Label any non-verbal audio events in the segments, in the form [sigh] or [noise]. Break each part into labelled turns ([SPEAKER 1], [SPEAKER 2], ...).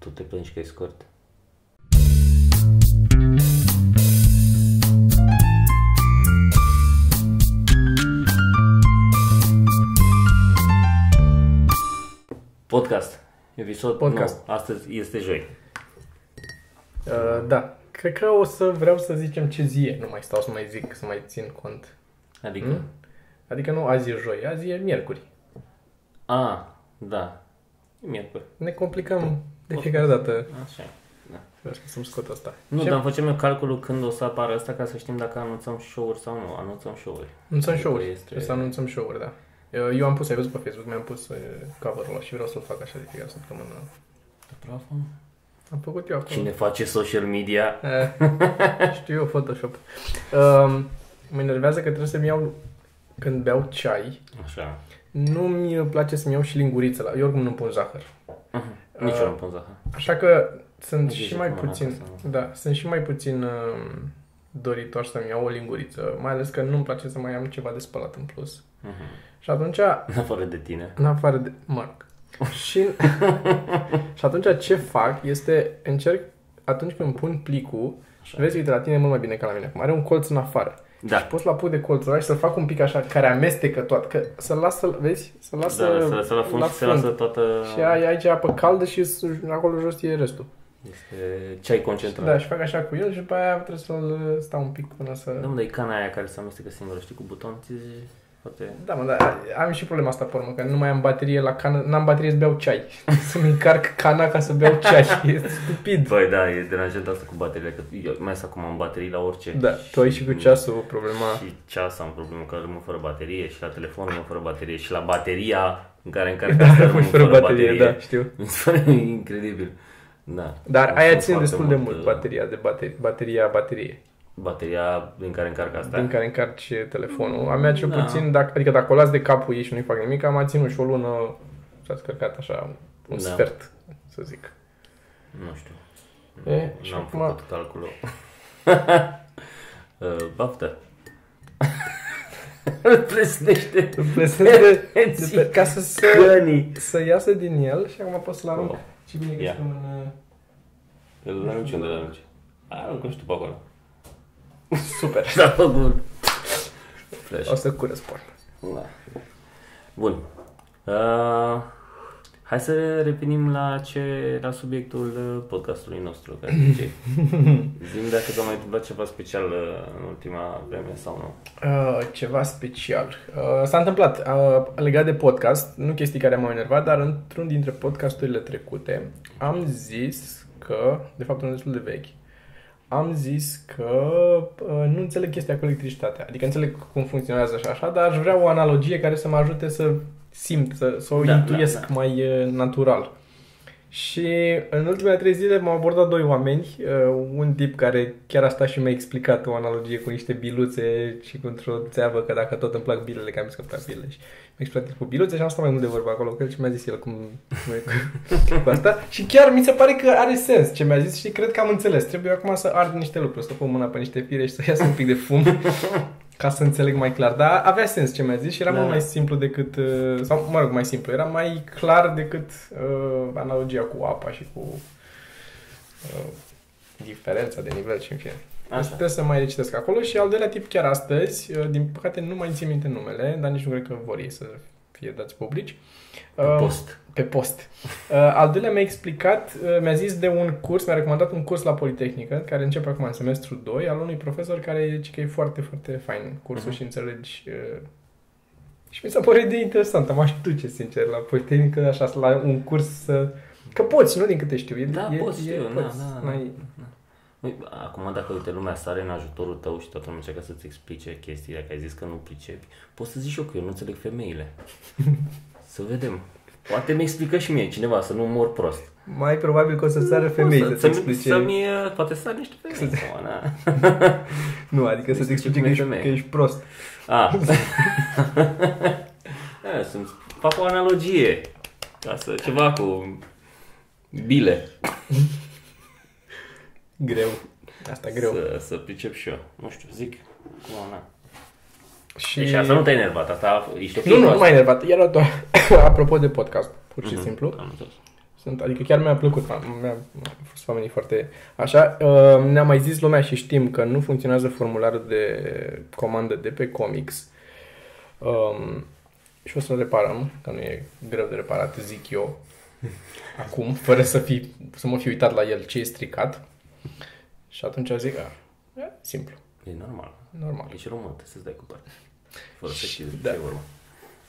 [SPEAKER 1] Tu te plângi că e scurt. Podcast. Episod
[SPEAKER 2] Podcast.
[SPEAKER 1] Nou. Astăzi este joi.
[SPEAKER 2] Uh, da. Cred că o să vreau să zicem ce zi e. Nu mai stau să mai zic, să mai țin cont.
[SPEAKER 1] Adică...
[SPEAKER 2] Mm? Adică nu azi e joi, azi e miercuri.
[SPEAKER 1] A, da. E miercuri.
[SPEAKER 2] Ne complicăm de fiecare dată.
[SPEAKER 1] Așa e. Da.
[SPEAKER 2] Vreau să-mi scot asta.
[SPEAKER 1] Nu,
[SPEAKER 2] Ce?
[SPEAKER 1] dar facem eu calculul când o să apară asta ca să știm dacă anunțăm show-uri sau nu. Anunțăm show-uri.
[SPEAKER 2] Nu sunt
[SPEAKER 1] Adică
[SPEAKER 2] show-uri.
[SPEAKER 1] este-
[SPEAKER 2] Este... Să anunțăm show-uri, da. Eu, eu am pus, ai văzut pe Facebook, mi-am pus uh, cover-ul ăla și vreau să-l fac așa de fiecare săptămână.
[SPEAKER 1] Bravo.
[SPEAKER 2] Am făcut eu acum.
[SPEAKER 1] Cine face social media?
[SPEAKER 2] Eh, [laughs] Știu eu Photoshop. Um, mă enervează că trebuie să-mi iau, când beau ceai,
[SPEAKER 1] Așa.
[SPEAKER 2] nu-mi place să-mi iau și linguriță. La... Eu oricum nu pun zahăr.
[SPEAKER 1] Mhm. Nici
[SPEAKER 2] Uh,
[SPEAKER 1] eu nu pun zahăr.
[SPEAKER 2] Așa că sunt
[SPEAKER 1] Nu zici
[SPEAKER 2] și mai
[SPEAKER 1] acum,
[SPEAKER 2] puțin,
[SPEAKER 1] dacă să-
[SPEAKER 2] da, sunt și mai puțin uh, doritor să-mi iau o linguriță, mai ales că nu-mi place să mai am ceva de spălat în plus.
[SPEAKER 1] Mhm.
[SPEAKER 2] Și atunci,
[SPEAKER 1] În afară de tine.
[SPEAKER 2] în afară de... Mă rog. Și, [laughs] și atunci ce fac este încerc atunci când pun plicul,
[SPEAKER 1] Așa.
[SPEAKER 2] vezi, uite, la tine e mult mai bine ca la mine acum, are un colț în afară. Și
[SPEAKER 1] Da.
[SPEAKER 2] poți la pui de colțul ăla și să-l fac un pic așa, care amestecă tot, că să-l las, să-l, vezi, să-l las
[SPEAKER 1] da, să lăsă la fund și se lasă toată...
[SPEAKER 2] Și ai aici apă caldă și acolo jos e restul.
[SPEAKER 1] Este ceai concentrat.
[SPEAKER 2] Da, și fac așa cu el și după aia trebuie să-l uh, stau un pic până să...
[SPEAKER 1] Da, mă, dar e cana aia care se amestecă singură, știi, cu buton, ți foarte...
[SPEAKER 2] Da, mă, dar am și problema asta pe urmă, că nu mai am baterie la cană, n-am baterie să beau ceai. [laughs] Să-mi încarc cana ca să beau ceai, [laughs] e stupid.
[SPEAKER 1] Băi, da, e deranjant asta cu bateriile, că eu mai ales acum am baterii la orice.
[SPEAKER 2] Da, tu ai și cu ceasul problema.
[SPEAKER 1] Și ceas am problemă că rămân fără baterie și la telefon rămân fără baterie și la bateria în care încarc
[SPEAKER 2] Da, [laughs]
[SPEAKER 1] asta
[SPEAKER 2] rămâi fără baterie,
[SPEAKER 1] [laughs]
[SPEAKER 2] da, știu.
[SPEAKER 1] Mi se pare incredibil. Da.
[SPEAKER 2] Dar
[SPEAKER 1] Am
[SPEAKER 2] aia
[SPEAKER 1] fost
[SPEAKER 2] ține
[SPEAKER 1] foarte
[SPEAKER 2] destul de mult,
[SPEAKER 1] uh,
[SPEAKER 2] bateria de baterie, bateria baterie,
[SPEAKER 1] Bateria din care încarc asta.
[SPEAKER 2] din care încarci telefonul. A mea cel
[SPEAKER 1] Da.
[SPEAKER 2] puțin, dacă, adică dacă o las de capul ei și nu-i fac nimic, am ținut și o lună și a scărcat așa
[SPEAKER 1] Da.
[SPEAKER 2] un sfert, să zic.
[SPEAKER 1] Nu știu.
[SPEAKER 2] E, și
[SPEAKER 1] N-am
[SPEAKER 2] acum-
[SPEAKER 1] făcut calculul. [laughs] uh, baftă. [laughs] Îl plesnește.
[SPEAKER 2] [laughs] Plesnește
[SPEAKER 1] Pereții.
[SPEAKER 2] de pe, ca să se...
[SPEAKER 1] Cănii.
[SPEAKER 2] să iasă din el și acum pot să-l arunc.
[SPEAKER 1] Oh.
[SPEAKER 2] Ce bine că
[SPEAKER 1] Ia.
[SPEAKER 2] suntem în... uh,
[SPEAKER 1] Îl arunci unde îl arunci. Aruncă și tu pe acolo.
[SPEAKER 2] Super.
[SPEAKER 1] [laughs] Da, pe bun. Flash.
[SPEAKER 2] O să curăț porn.
[SPEAKER 1] Da. Bun. Uh, hai să revenim la ce la subiectul uh, podcastului nostru. Ca de [laughs] obicei. Zim dacă s-a mai întâmplat ceva special uh, în ultima vreme sau nu.
[SPEAKER 2] Uh, ceva special. Uh, s-a întâmplat uh, legat de podcast, nu chestii care m-au enervat, dar într-un dintre podcasturile trecute am zis că, de fapt unul destul de vechi, am zis că uh, nu înțeleg chestia cu electricitatea. Adică înțeleg cum funcționează și așa, dar aș vrea o analogie care să mă ajute să simt, să, să o
[SPEAKER 1] Da,
[SPEAKER 2] da,
[SPEAKER 1] da,
[SPEAKER 2] intuiesc
[SPEAKER 1] da.
[SPEAKER 2] da, da. mai uh, natural. Și în ultimele trei zile m-au abordat doi oameni, uh, un tip care chiar a stat și mi-a explicat o analogie cu niște biluțe și cu într-o țeavă, că dacă tot îmi plac bilele, că am zis că îmi plac bilele. Și mi-a explicat cu biluțe și am stat mai mult de vorbă acolo cu el și mi-a zis el cum, cum e cu, cu asta. Și chiar mi se pare că are sens ce mi-a zis și cred că am înțeles. Trebuie acum să ard niște lucruri, să pun mâna pe niște fire și să iasă un pic de fum ca să înțeleg mai clar. Dar avea sens ce mi-a zis și era
[SPEAKER 1] Da,
[SPEAKER 2] da. mult
[SPEAKER 1] da.
[SPEAKER 2] mai simplu decât, uh, sau mă rog, mai simplu, era mai clar decât uh, analogia cu apa și cu uh, diferența de nivel și în fine. Deci
[SPEAKER 1] Așa.
[SPEAKER 2] Trebuie să mai recitesc acolo și al doilea tip chiar astăzi, uh, din păcate nu mai țin minte numele, dar nici nu cred că vor ei să fie dați publici.
[SPEAKER 1] În
[SPEAKER 2] Uh,
[SPEAKER 1] post.
[SPEAKER 2] Pe post. Uh, Al doilea mi-a explicat, uh, mi-a zis de un curs, mi-a recomandat un curs la Politehnică, care începe acum în semestru 2, al unui profesor care zice că e foarte, foarte fain cursul
[SPEAKER 1] Mhm.
[SPEAKER 2] uh-huh. și înțelegi... uh, Și mi s-a părut de interesant, am aș duce, sincer, la Politehnică, așa, la un curs să... Că poți, nu din câte știu. E,
[SPEAKER 1] Da,
[SPEAKER 2] e,
[SPEAKER 1] poți,
[SPEAKER 2] e,
[SPEAKER 1] știu, da,
[SPEAKER 2] poți,
[SPEAKER 1] da, da.
[SPEAKER 2] n-ai-
[SPEAKER 1] Ui, Păi, Acum dacă uite lumea sare în ajutorul tău și toată lumea încearcă să-ți explice chestii, dacă ai zis că nu pricepi, poți să zici eu că eu nu înțeleg
[SPEAKER 2] [laughs]
[SPEAKER 1] femeile. să vedem. Poate mi explică și mie cineva să nu mor prost.
[SPEAKER 2] Mai probabil că o să sară femei să-ți explice.
[SPEAKER 1] Da, Să-mi, uh, poate să sar niște femei. sau, na.
[SPEAKER 2] Nu, adică să-ți
[SPEAKER 1] Să-ți
[SPEAKER 2] explice
[SPEAKER 1] explice
[SPEAKER 2] că ești,
[SPEAKER 1] femeie.
[SPEAKER 2] că ești prost. [laughs]
[SPEAKER 1] A. Da, Ah. Să-mi fac o analogie. Ca să, ceva cu bile.
[SPEAKER 2] Greu. Asta Da, greu.
[SPEAKER 1] Să, să pricep și eu. Nu știu, zic. Acum, na.
[SPEAKER 2] Și...
[SPEAKER 1] Deci asta nu te-ai enervat, asta ești ok.
[SPEAKER 2] Nu, Mhm.
[SPEAKER 1] cu
[SPEAKER 2] nu, nu
[SPEAKER 1] asta.
[SPEAKER 2] [coughs] m-a enervat. Era doar apropo de podcast, pur și simplu.
[SPEAKER 1] Am înțeles.
[SPEAKER 2] Sunt, adică chiar mi-a plăcut, m- mi-a mi-au fost oamenii foarte așa. Uh, Ne-a mai zis lumea și știm că nu funcționează formularul de comandă de pe comics. Um, și o să-l reparăm, că nu e greu de reparat, zic [laughs] eu, acum, fără să, fi, să mă fi uitat la el ce e stricat. Și atunci zic, a, e simplu,
[SPEAKER 1] E normal.
[SPEAKER 2] normal.
[SPEAKER 1] Ești român, trebuie să-ți dai cu parte. Fără să
[SPEAKER 2] Și-
[SPEAKER 1] știi de
[SPEAKER 2] da.
[SPEAKER 1] ce e vorba.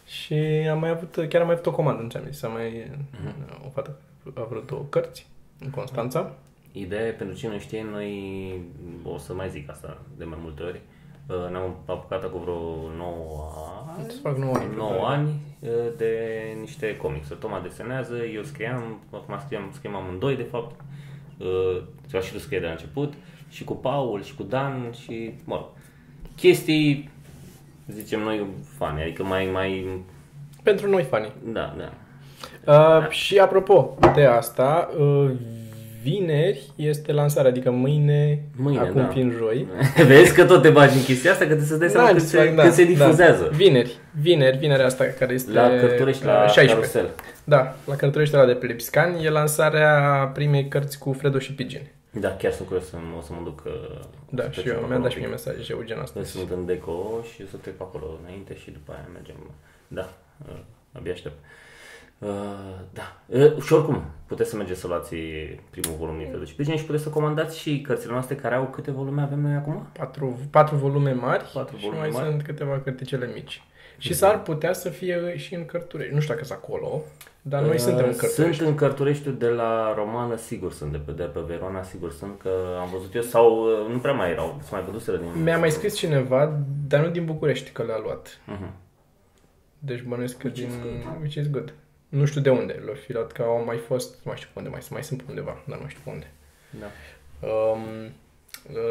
[SPEAKER 2] Și am mai avut, chiar am mai avut o comandă, nu ți-am zis, am mai,
[SPEAKER 1] Mhm.
[SPEAKER 2] uh, o fată a vrut două cărți în Constanța.
[SPEAKER 1] Ideea e, pentru cine nu știe, noi, o să mai zic asta de mai multe ori, uh, ne-am apucat cu vreo 9 ani,
[SPEAKER 2] Să fac 9 ani.
[SPEAKER 1] 9 ani uh, de niște comics. Toma desenează, eu scriam, acum scriam, scriam amândoi de fapt, uh, eu și tu scrie de la început, și cu Paul, și cu Dan, și mă rog, chestii, zicem noi, fani, adică mai, mai,
[SPEAKER 2] Pentru noi, fanii.
[SPEAKER 1] da, da,
[SPEAKER 2] Uh, și apropo de asta, uh, vineri este lansarea, adică mâine,
[SPEAKER 1] Mâine,
[SPEAKER 2] acum
[SPEAKER 1] da.
[SPEAKER 2] fiind joi.
[SPEAKER 1] [laughs] Vezi că tot te bagi în chestia asta, că trebuie să-ți dai seama
[SPEAKER 2] Da,
[SPEAKER 1] când,
[SPEAKER 2] îți
[SPEAKER 1] se,
[SPEAKER 2] fac- da,
[SPEAKER 1] când se
[SPEAKER 2] da.
[SPEAKER 1] difuzează.
[SPEAKER 2] Vineri, vineri, vinerea asta care este
[SPEAKER 1] La Cărturești, la
[SPEAKER 2] uh,
[SPEAKER 1] 16.
[SPEAKER 2] 16.
[SPEAKER 1] Carusel.
[SPEAKER 2] Da, la Cărturești la de pe Lipscan e lansarea primei cărți cu Fredo și Pigine.
[SPEAKER 1] Da, chiar sunt curios să mă, o să mă duc uh, să
[SPEAKER 2] Da, și
[SPEAKER 1] trecem
[SPEAKER 2] eu mi-am
[SPEAKER 1] acolo
[SPEAKER 2] dat
[SPEAKER 1] un
[SPEAKER 2] și
[SPEAKER 1] pic.
[SPEAKER 2] mie mesaje și Eugen asta.
[SPEAKER 1] Eu Sunt în deco și o să trec pe acolo înainte și după aia mergem. Da, uh, abia aștept. Uh, da. Uh, și oricum, puteți să mergeți să luați primul volum din Fredo și Pigine și puteți să comandați și cărțile noastre care au câte volume avem noi acum?
[SPEAKER 2] Patru, patru volume mari
[SPEAKER 1] Patru
[SPEAKER 2] și
[SPEAKER 1] volume
[SPEAKER 2] mai
[SPEAKER 1] mari.
[SPEAKER 2] sunt câteva cărticele mici. Și s-ar putea să fie și în Cărturești. Nu știu dacă sunt acolo, dar noi
[SPEAKER 1] Uh,
[SPEAKER 2] suntem în Cărturești.
[SPEAKER 1] Sunt în Cărtureștiul de la Romană, sigur sunt, de pe, de pe Verona, sigur sunt, că am văzut eu sau uh, nu prea mai erau, se mai văduseră din...
[SPEAKER 2] Mi-a mai scris cineva, dar nu din București că l-a luat.
[SPEAKER 1] Mhm.
[SPEAKER 2] Deci bănuiesc că din... Which is good. Nu știu de unde l-a fi luat, că au mai fost, nu mai știu pe unde, mai, mai sunt pe undeva, dar nu știu pe unde.
[SPEAKER 1] Da.
[SPEAKER 2] Um,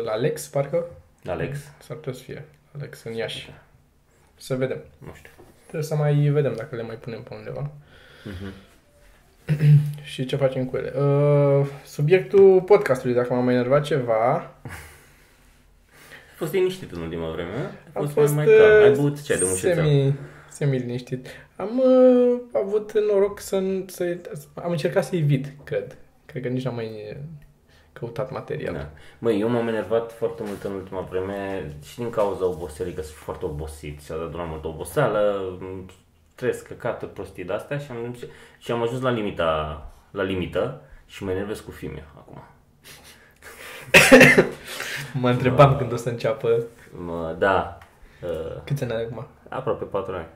[SPEAKER 2] la Lex, parcă?
[SPEAKER 1] Alex,
[SPEAKER 2] S-ar putea să fie. Lex în Iași. Să vedem.
[SPEAKER 1] nu știu.
[SPEAKER 2] Trebuie să mai vedem dacă le mai punem pe undeva. Și ce facem cu ele. Uh, subiectul podcastului, dacă m-am mai enervat ceva,
[SPEAKER 1] A fost liniștit în ultima vreme. eh? A
[SPEAKER 2] Am
[SPEAKER 1] fost,
[SPEAKER 2] fost
[SPEAKER 1] mai, mai calm. Ai
[SPEAKER 2] uh,
[SPEAKER 1] băut ceai de mușeță.
[SPEAKER 2] semi, semi-liniștit. Am uh, avut noroc să, să... Am încercat să evit, cred. Cred că nici n-am mai uh, căutat material.
[SPEAKER 1] Da. Măi, eu m-am enervat foarte mult în ultima vreme și din cauza oboselii, că sunt foarte obosit și a dat mult oboseală, m, stres, căcată, prostii de astea și am, și am ajuns la limita, la limită și mă enervez cu fimia acum.
[SPEAKER 2] Mă întrebam când o să înceapă.
[SPEAKER 1] Mă, da, uh,
[SPEAKER 2] Câți ani are acum?
[SPEAKER 1] aproape 4 ani.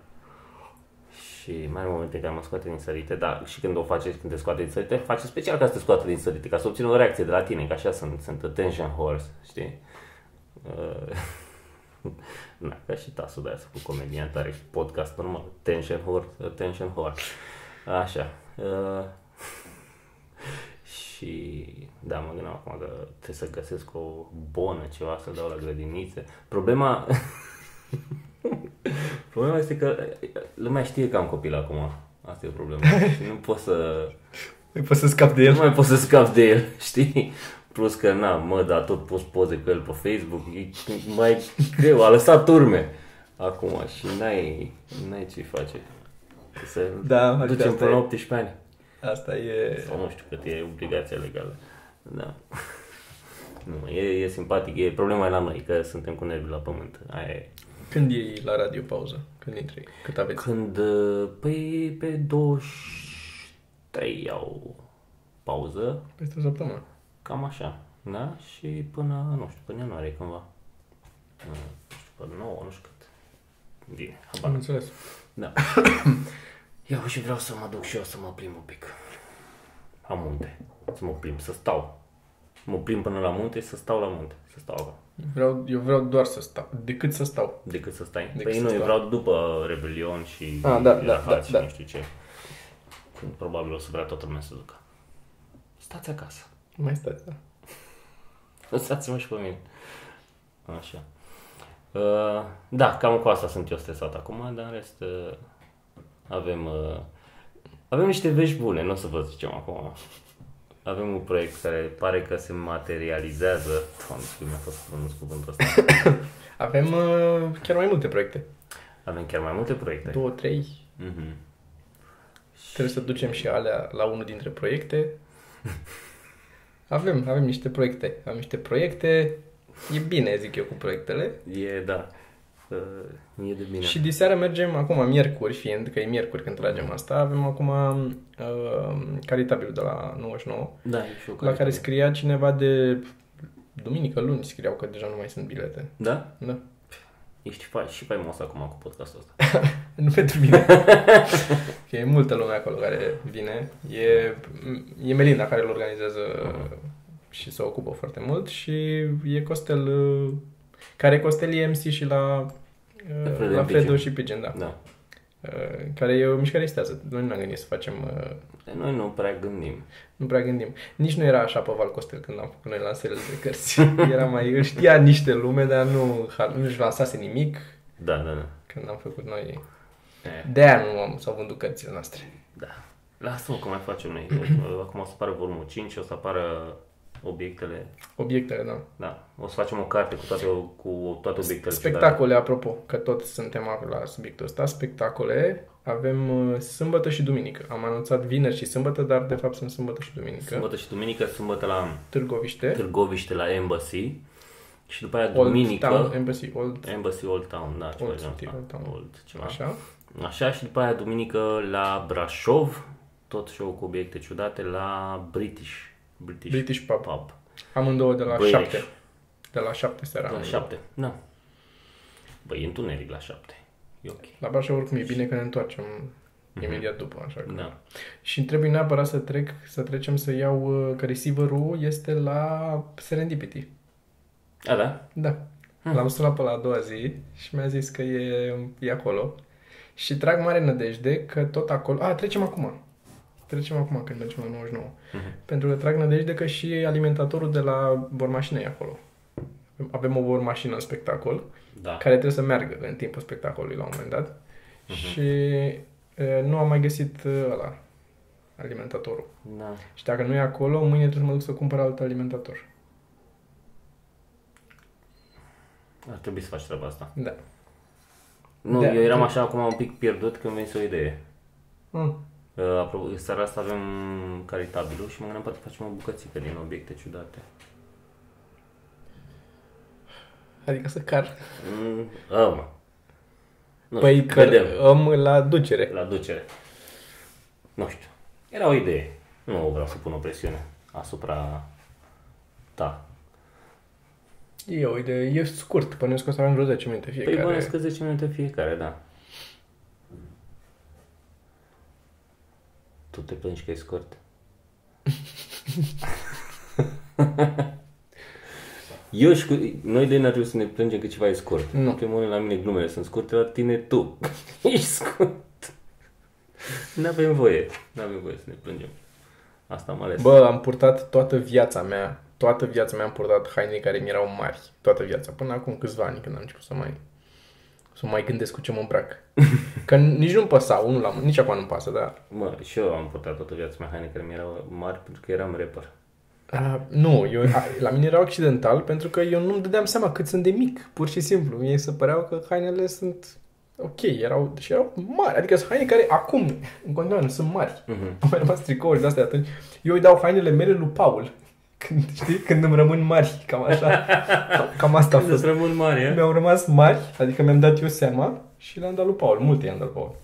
[SPEAKER 1] Și mai are momente care mă scoate din sărite, da, și când o faceți, când te scoate din sărite, faci special ca să te scoată din sărite, ca să obțină o reacție de la tine, că așa sunt, sunt attention horse, știi? Uh, [laughs] Na, ca și tasul de aia cu comedian tare și podcast normal, attention horse, attention horse. Așa. Uh, [laughs] și da, mă gândeam acum că trebuie să găsesc o bonă, ceva să dau la grădinițe. Problema Problema este că lumea știe că am copil acum. Asta e
[SPEAKER 2] [laughs]
[SPEAKER 1] problema. Și nu pot să...
[SPEAKER 2] Poți Păi să scap de
[SPEAKER 1] Nu mai pot să scap de el, [laughs] știi? Plus că, na, mă, dar tot pus poze cu el pe Facebook, e mai greu, a lăsat urme acum și n-ai, n-ai ce face. Să
[SPEAKER 2] Da, adică
[SPEAKER 1] ducem
[SPEAKER 2] asta
[SPEAKER 1] până la
[SPEAKER 2] e.
[SPEAKER 1] 18 ani.
[SPEAKER 2] Asta e...
[SPEAKER 1] Sau nu știu cât e obligația legală. Da. [laughs] Nu, e, e simpatic, e problema e la noi, că suntem cu nervii la pământ. Aia e.
[SPEAKER 2] Când iei la radio pauză? Când intri? Cât aveți?
[SPEAKER 1] Când, uh, păi, pe 23 au pauză,
[SPEAKER 2] Peste o săptămână.
[SPEAKER 1] cam așa, da? Și până, nu știu, până ianuarie cândva. Uh, Nu știu, până 9, nu știu cât. Bine, habar.
[SPEAKER 2] Am
[SPEAKER 1] n-am.
[SPEAKER 2] înțeles.
[SPEAKER 1] Da. Eu și vreau să mă duc și eu să mă plimb un pic. La munte. Să mă plimb, să stau. Mă plimb până la munte și să stau la munte. Să stau acolo.
[SPEAKER 2] Vreau, eu vreau doar să stau. Decât să stau.
[SPEAKER 1] Decât să stai.
[SPEAKER 2] Decât
[SPEAKER 1] păi
[SPEAKER 2] să
[SPEAKER 1] nu, eu
[SPEAKER 2] stai.
[SPEAKER 1] vreau după Rebelion și
[SPEAKER 2] Ah, da,
[SPEAKER 1] și
[SPEAKER 2] da,
[SPEAKER 1] Rahat
[SPEAKER 2] da,
[SPEAKER 1] și
[SPEAKER 2] da.
[SPEAKER 1] nu știu ce. Când probabil o să vrea toată lumea să ducă. Stați acasă.
[SPEAKER 2] Mai stați, da.
[SPEAKER 1] Lăsați-mă și pe mine. Așa. Uh, da, cam cu asta sunt eu stresat acum, dar în rest uh, avem, uh, avem niște vești bune, nu o să vă zicem acum. Avem un proiect care pare că se materializează. Doamne, cum mi-a fost pronunț cuvântul ăsta.
[SPEAKER 2] Avem uh, chiar mai multe proiecte.
[SPEAKER 1] Avem chiar mai multe proiecte.
[SPEAKER 2] Două, trei.
[SPEAKER 1] Mhm.
[SPEAKER 2] Trebuie să ducem și alea la unul dintre proiecte. Avem, avem niște proiecte. Avem niște proiecte. E bine, zic eu, cu proiectele.
[SPEAKER 1] E, da. Uh, E de bine.
[SPEAKER 2] Și diseară mergem, acum miercuri fiind, că e miercuri când tragem asta, avem acum uh, caritabilul de la 99,
[SPEAKER 1] Da, e și eu
[SPEAKER 2] la care scria cineva de duminică, luni, scriau că deja nu mai sunt bilete.
[SPEAKER 1] Da?
[SPEAKER 2] Da.
[SPEAKER 1] Ești fa- și faimos acum cu podcastul ăsta.
[SPEAKER 2] Nu pentru
[SPEAKER 1] [laughs]
[SPEAKER 2] mine. că e multă lume acolo care vine. E, e Melinda care îl organizează și se ocupă foarte mult și e Costel, uh, care Costel e MC și la,
[SPEAKER 1] La
[SPEAKER 2] uh,
[SPEAKER 1] Fredo
[SPEAKER 2] la
[SPEAKER 1] and
[SPEAKER 2] Fredo
[SPEAKER 1] Pigeon.
[SPEAKER 2] și Pigeon, da.
[SPEAKER 1] Da.
[SPEAKER 2] Uh, care e o mișcare istează. Noi nu ne-am gândit să facem... uh,
[SPEAKER 1] Noi nu prea gândim.
[SPEAKER 2] Nu prea gândim. Nici nu era așa pe Val Costel când am făcut noi lansările de
[SPEAKER 1] [laughs]
[SPEAKER 2] cărți. Era mai... Îl știa niște lume, dar nu, nu-și lansase nimic
[SPEAKER 1] Da, da, da.
[SPEAKER 2] când am făcut noi.
[SPEAKER 1] E,
[SPEAKER 2] De-aia nu am, s-au vândut cărțile noastre.
[SPEAKER 1] Da. Lasă-mă că mai facem noi. [coughs] Acum o să apară volumul 5, o să apară obiectele.
[SPEAKER 2] Obiectele, da.
[SPEAKER 1] Da. O să facem o carte cu toate, cu toate obiectele.
[SPEAKER 2] Spectacole, apropo, că tot suntem acum la subiectul ăsta, spectacole avem uh, sâmbătă și duminică. Am anunțat vineri și sâmbătă, dar de fapt sunt sâmbătă și duminică. Sâmbătă.
[SPEAKER 1] Sâmbătă și duminică, sâmbătă la
[SPEAKER 2] Târgoviște,
[SPEAKER 1] Târgoviște, la Embassy. Și după aia
[SPEAKER 2] Old
[SPEAKER 1] duminică...
[SPEAKER 2] Town Embassy, Old,
[SPEAKER 1] Embassy Old Town, da, ceva
[SPEAKER 2] Old
[SPEAKER 1] genul
[SPEAKER 2] City,
[SPEAKER 1] ăsta.
[SPEAKER 2] Old Town.
[SPEAKER 1] Old ceva. Așa.
[SPEAKER 2] așa.
[SPEAKER 1] Așa și după aia duminică la Brașov, tot show cu obiecte ciudate, la British. British,
[SPEAKER 2] British Pub.
[SPEAKER 1] Pub.
[SPEAKER 2] Amândouă de la
[SPEAKER 1] British.
[SPEAKER 2] 7. De la 7 seara.
[SPEAKER 1] La
[SPEAKER 2] amândouă.
[SPEAKER 1] 7, da. Băi, e întuneric la 7. E ok.
[SPEAKER 2] La Brașov oricum e bine că ne întoarcem
[SPEAKER 1] Mhm.
[SPEAKER 2] imediat după, așa că.
[SPEAKER 1] Da.
[SPEAKER 2] Și trebuie neapărat să trec, să trecem să iau, uh, că receiverul este la Serendipity.
[SPEAKER 1] A, da?
[SPEAKER 2] Da. L-am sunat pe la a doua zi și mi-a zis că e, e acolo. Și trag mare nădejde că tot acolo... A, trecem acum. Trecem acum când mergem la 99.
[SPEAKER 1] Mhm.
[SPEAKER 2] Pentru că trag nădejde că și alimentatorul de la bormașină e acolo. Avem o bormașină în spectacol
[SPEAKER 1] Da.
[SPEAKER 2] care trebuie să meargă în timpul spectacolului la un moment dat. Și e, nu am mai găsit e, ăla, alimentatorul.
[SPEAKER 1] da.
[SPEAKER 2] Și dacă nu e acolo, mâine trebuie să mă duc să cumpăr alt alimentator.
[SPEAKER 1] Ar trebui să faci treaba asta.
[SPEAKER 2] Da.
[SPEAKER 1] Nu,
[SPEAKER 2] Da.
[SPEAKER 1] eu eram așa acum un pic pierdut când veni o idee.
[SPEAKER 2] Mm.
[SPEAKER 1] Uh, apropo, seara asta avem caritabilul și mă gândeam poate facem o bucățică din obiecte ciudate.
[SPEAKER 2] Adică să car.
[SPEAKER 1] Mm, a, mă. Nu
[SPEAKER 2] Păi
[SPEAKER 1] știu,
[SPEAKER 2] că om la ducere.
[SPEAKER 1] la ducere. Nu știu. Era o idee. Nu vreau să pun o presiune asupra ta.
[SPEAKER 2] E o idee, e scurt, bănuiesc că o să avem vreo 10 minute fiecare.
[SPEAKER 1] Păi bănesc că 10 minute fiecare, da. Tu te plângi că e [laughs] scurt. Eu și cu... Noi de n-ar trebui să ne plângem că ceva e scurt.
[SPEAKER 2] Nu.
[SPEAKER 1] În primul rând la mine glumele sunt scurte, la tine tu. [laughs] Ești scurt. N-avem voie. N-avem voie să ne plângem. Asta am ales.
[SPEAKER 2] Bă, am purtat toată viața mea, toată viața mea am purtat haine care mi erau mari, toată viața, până acum câțiva ani când am început să mai să mai gândesc cu ce
[SPEAKER 1] [laughs]
[SPEAKER 2] mă îmbrac. Că nici nu-mi păsa, unul la mână, nici acum nu-mi pasă, dar...
[SPEAKER 1] Mă, și eu am purtat toată viața mea haine care mi erau mari pentru că eram rapper.
[SPEAKER 2] A, nu, eu, a, la mine erau accidental pentru că eu nu-mi dădeam seama cât sunt de mic, pur și simplu. Mie se păreau că hainele sunt ok, erau, și erau mari, adică sunt haine care acum, în continuare, sunt mari.
[SPEAKER 1] Mhm.
[SPEAKER 2] Am mai rămas tricouri de astea atunci. Eu îi dau hainele mele lui Paul. Când, știi, când îmi rămân mari, cam așa. Cam asta a
[SPEAKER 1] Când îți
[SPEAKER 2] fost.
[SPEAKER 1] rămân mari, eh? e?
[SPEAKER 2] Mi-au rămas mari, adică mi-am dat eu seama și le-am dat lui Paul. Multe i-am dat lui Paul.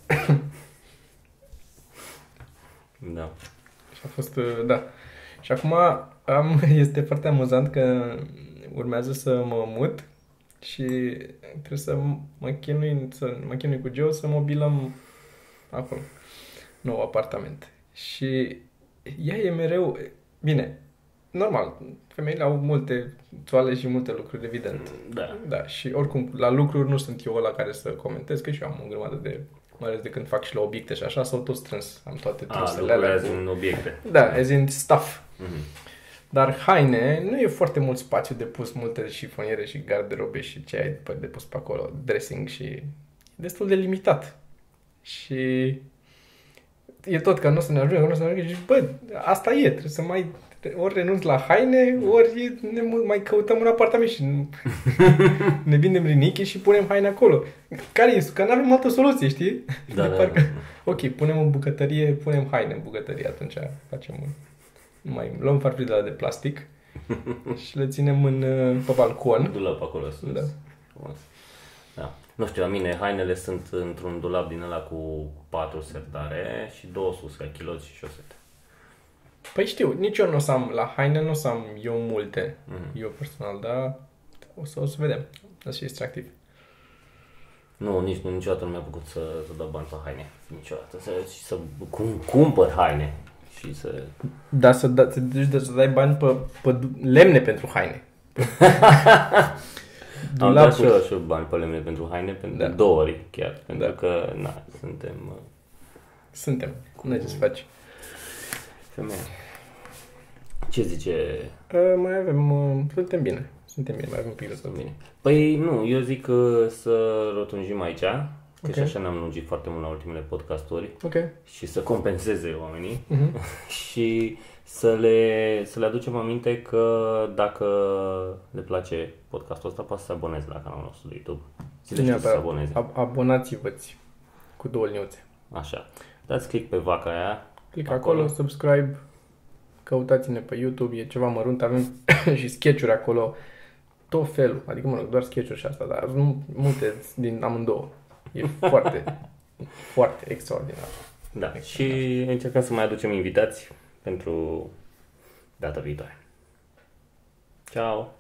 [SPEAKER 1] Da.
[SPEAKER 2] Și a fost, uh, da. Și acum am, [laughs] este foarte amuzant că urmează să mă mut și trebuie să mă chinui, să mă chinui cu Joe să mobilăm acolo, nou apartament. Și ea e mereu, bine, normal, femeile au multe toale și multe lucruri, evident.
[SPEAKER 1] Da.
[SPEAKER 2] Da, și oricum, la lucruri nu sunt eu ăla care să comentez, că și eu am o grămadă de, mai ales de când fac și la obiecte și așa, s-au tot strâns, am toate
[SPEAKER 1] A,
[SPEAKER 2] trânsele alea.
[SPEAKER 1] lucrează în obiecte.
[SPEAKER 2] Da, as in stuff.
[SPEAKER 1] Mhm.
[SPEAKER 2] Dar haine, nu e foarte mult spațiu de pus multe șifoniere și garderobe și ce ai după de pus pe acolo, dressing și... E destul de limitat. Și Deci, e tot că nu o să ne ajungă, că nu o să ne ajungă și bă, asta e, trebuie să mai ori renunț la haine, ori ne mu- mai căutăm un apartament și ne vindem rinichi și punem haine acolo. Care e? Că nu avem altă soluție, știi?
[SPEAKER 1] Da,
[SPEAKER 2] De
[SPEAKER 1] da,
[SPEAKER 2] parcă-
[SPEAKER 1] da.
[SPEAKER 2] Ok, punem în bucătărie, punem haine în bucătărie, atunci facem un... nu Mai luăm farfurii de, la de
[SPEAKER 1] [laughs]
[SPEAKER 2] plastic și le ținem în, uh, pe balcon.
[SPEAKER 1] Dulap acolo sus.
[SPEAKER 2] Da.
[SPEAKER 1] Frumos. Da. Nu știu, la mine hainele sunt într-un dulap din ăla cu patru sertare și două sus, ca chiloți și șosete.
[SPEAKER 2] Păi știu, nici eu nu o să am, la haine nu o să am eu multe,
[SPEAKER 1] Mhm.
[SPEAKER 2] mm. eu personal, dar o să, o să vedem. O să fie distractiv.
[SPEAKER 1] Nu, nici nu, niciodată nu mi-a plăcut să, să dau bani pe haine. Niciodată. Să, și să cum, cumpăr haine. Și să...
[SPEAKER 2] Da, să, da, să, duci, să dai bani pe, pe du- lemne pentru haine.
[SPEAKER 1] [laughs] Am dat și
[SPEAKER 2] Dulapuri.
[SPEAKER 1] eu, și eu bani pe lemne pentru haine, pentru
[SPEAKER 2] Da.
[SPEAKER 1] da. două ori chiar. Pentru
[SPEAKER 2] Da.
[SPEAKER 1] că, na, suntem uh,
[SPEAKER 2] Suntem. Nu ai ce să faci.
[SPEAKER 1] femei. Ce zice
[SPEAKER 2] Uh, mai avem, uh, suntem bine. Suntem bine, mai avem un pic de tot.
[SPEAKER 1] Bine. Păi nu, eu zic că să rotunjim aici, că
[SPEAKER 2] Ok.
[SPEAKER 1] și așa ne-am lungit foarte mult la ultimele podcasturi
[SPEAKER 2] Ok.
[SPEAKER 1] și să compenseze oamenii [laughs]
[SPEAKER 2] Mhm.
[SPEAKER 1] și să le, să le aducem aminte că dacă le place podcastul ăsta, poate să se aboneze la canalul nostru de YouTube. Să le știți să se
[SPEAKER 2] Neapărat.
[SPEAKER 1] aboneze.
[SPEAKER 2] Ab- Abonați-vă cu două liniuțe.
[SPEAKER 1] Așa. Dați click pe vaca aia.
[SPEAKER 2] Clic acolo,
[SPEAKER 1] Acolo.
[SPEAKER 2] subscribe, căutați-ne pe YouTube, e ceva mărunt, avem [coughs] și sketch-uri acolo, tot felul, adică mă rog, doar sketch-uri și asta, dar nu multe din amândouă. E foarte, [laughs] foarte extraordinar.
[SPEAKER 1] Da. Și încercăm să mai aducem invitați pentru data viitoare. Ciao!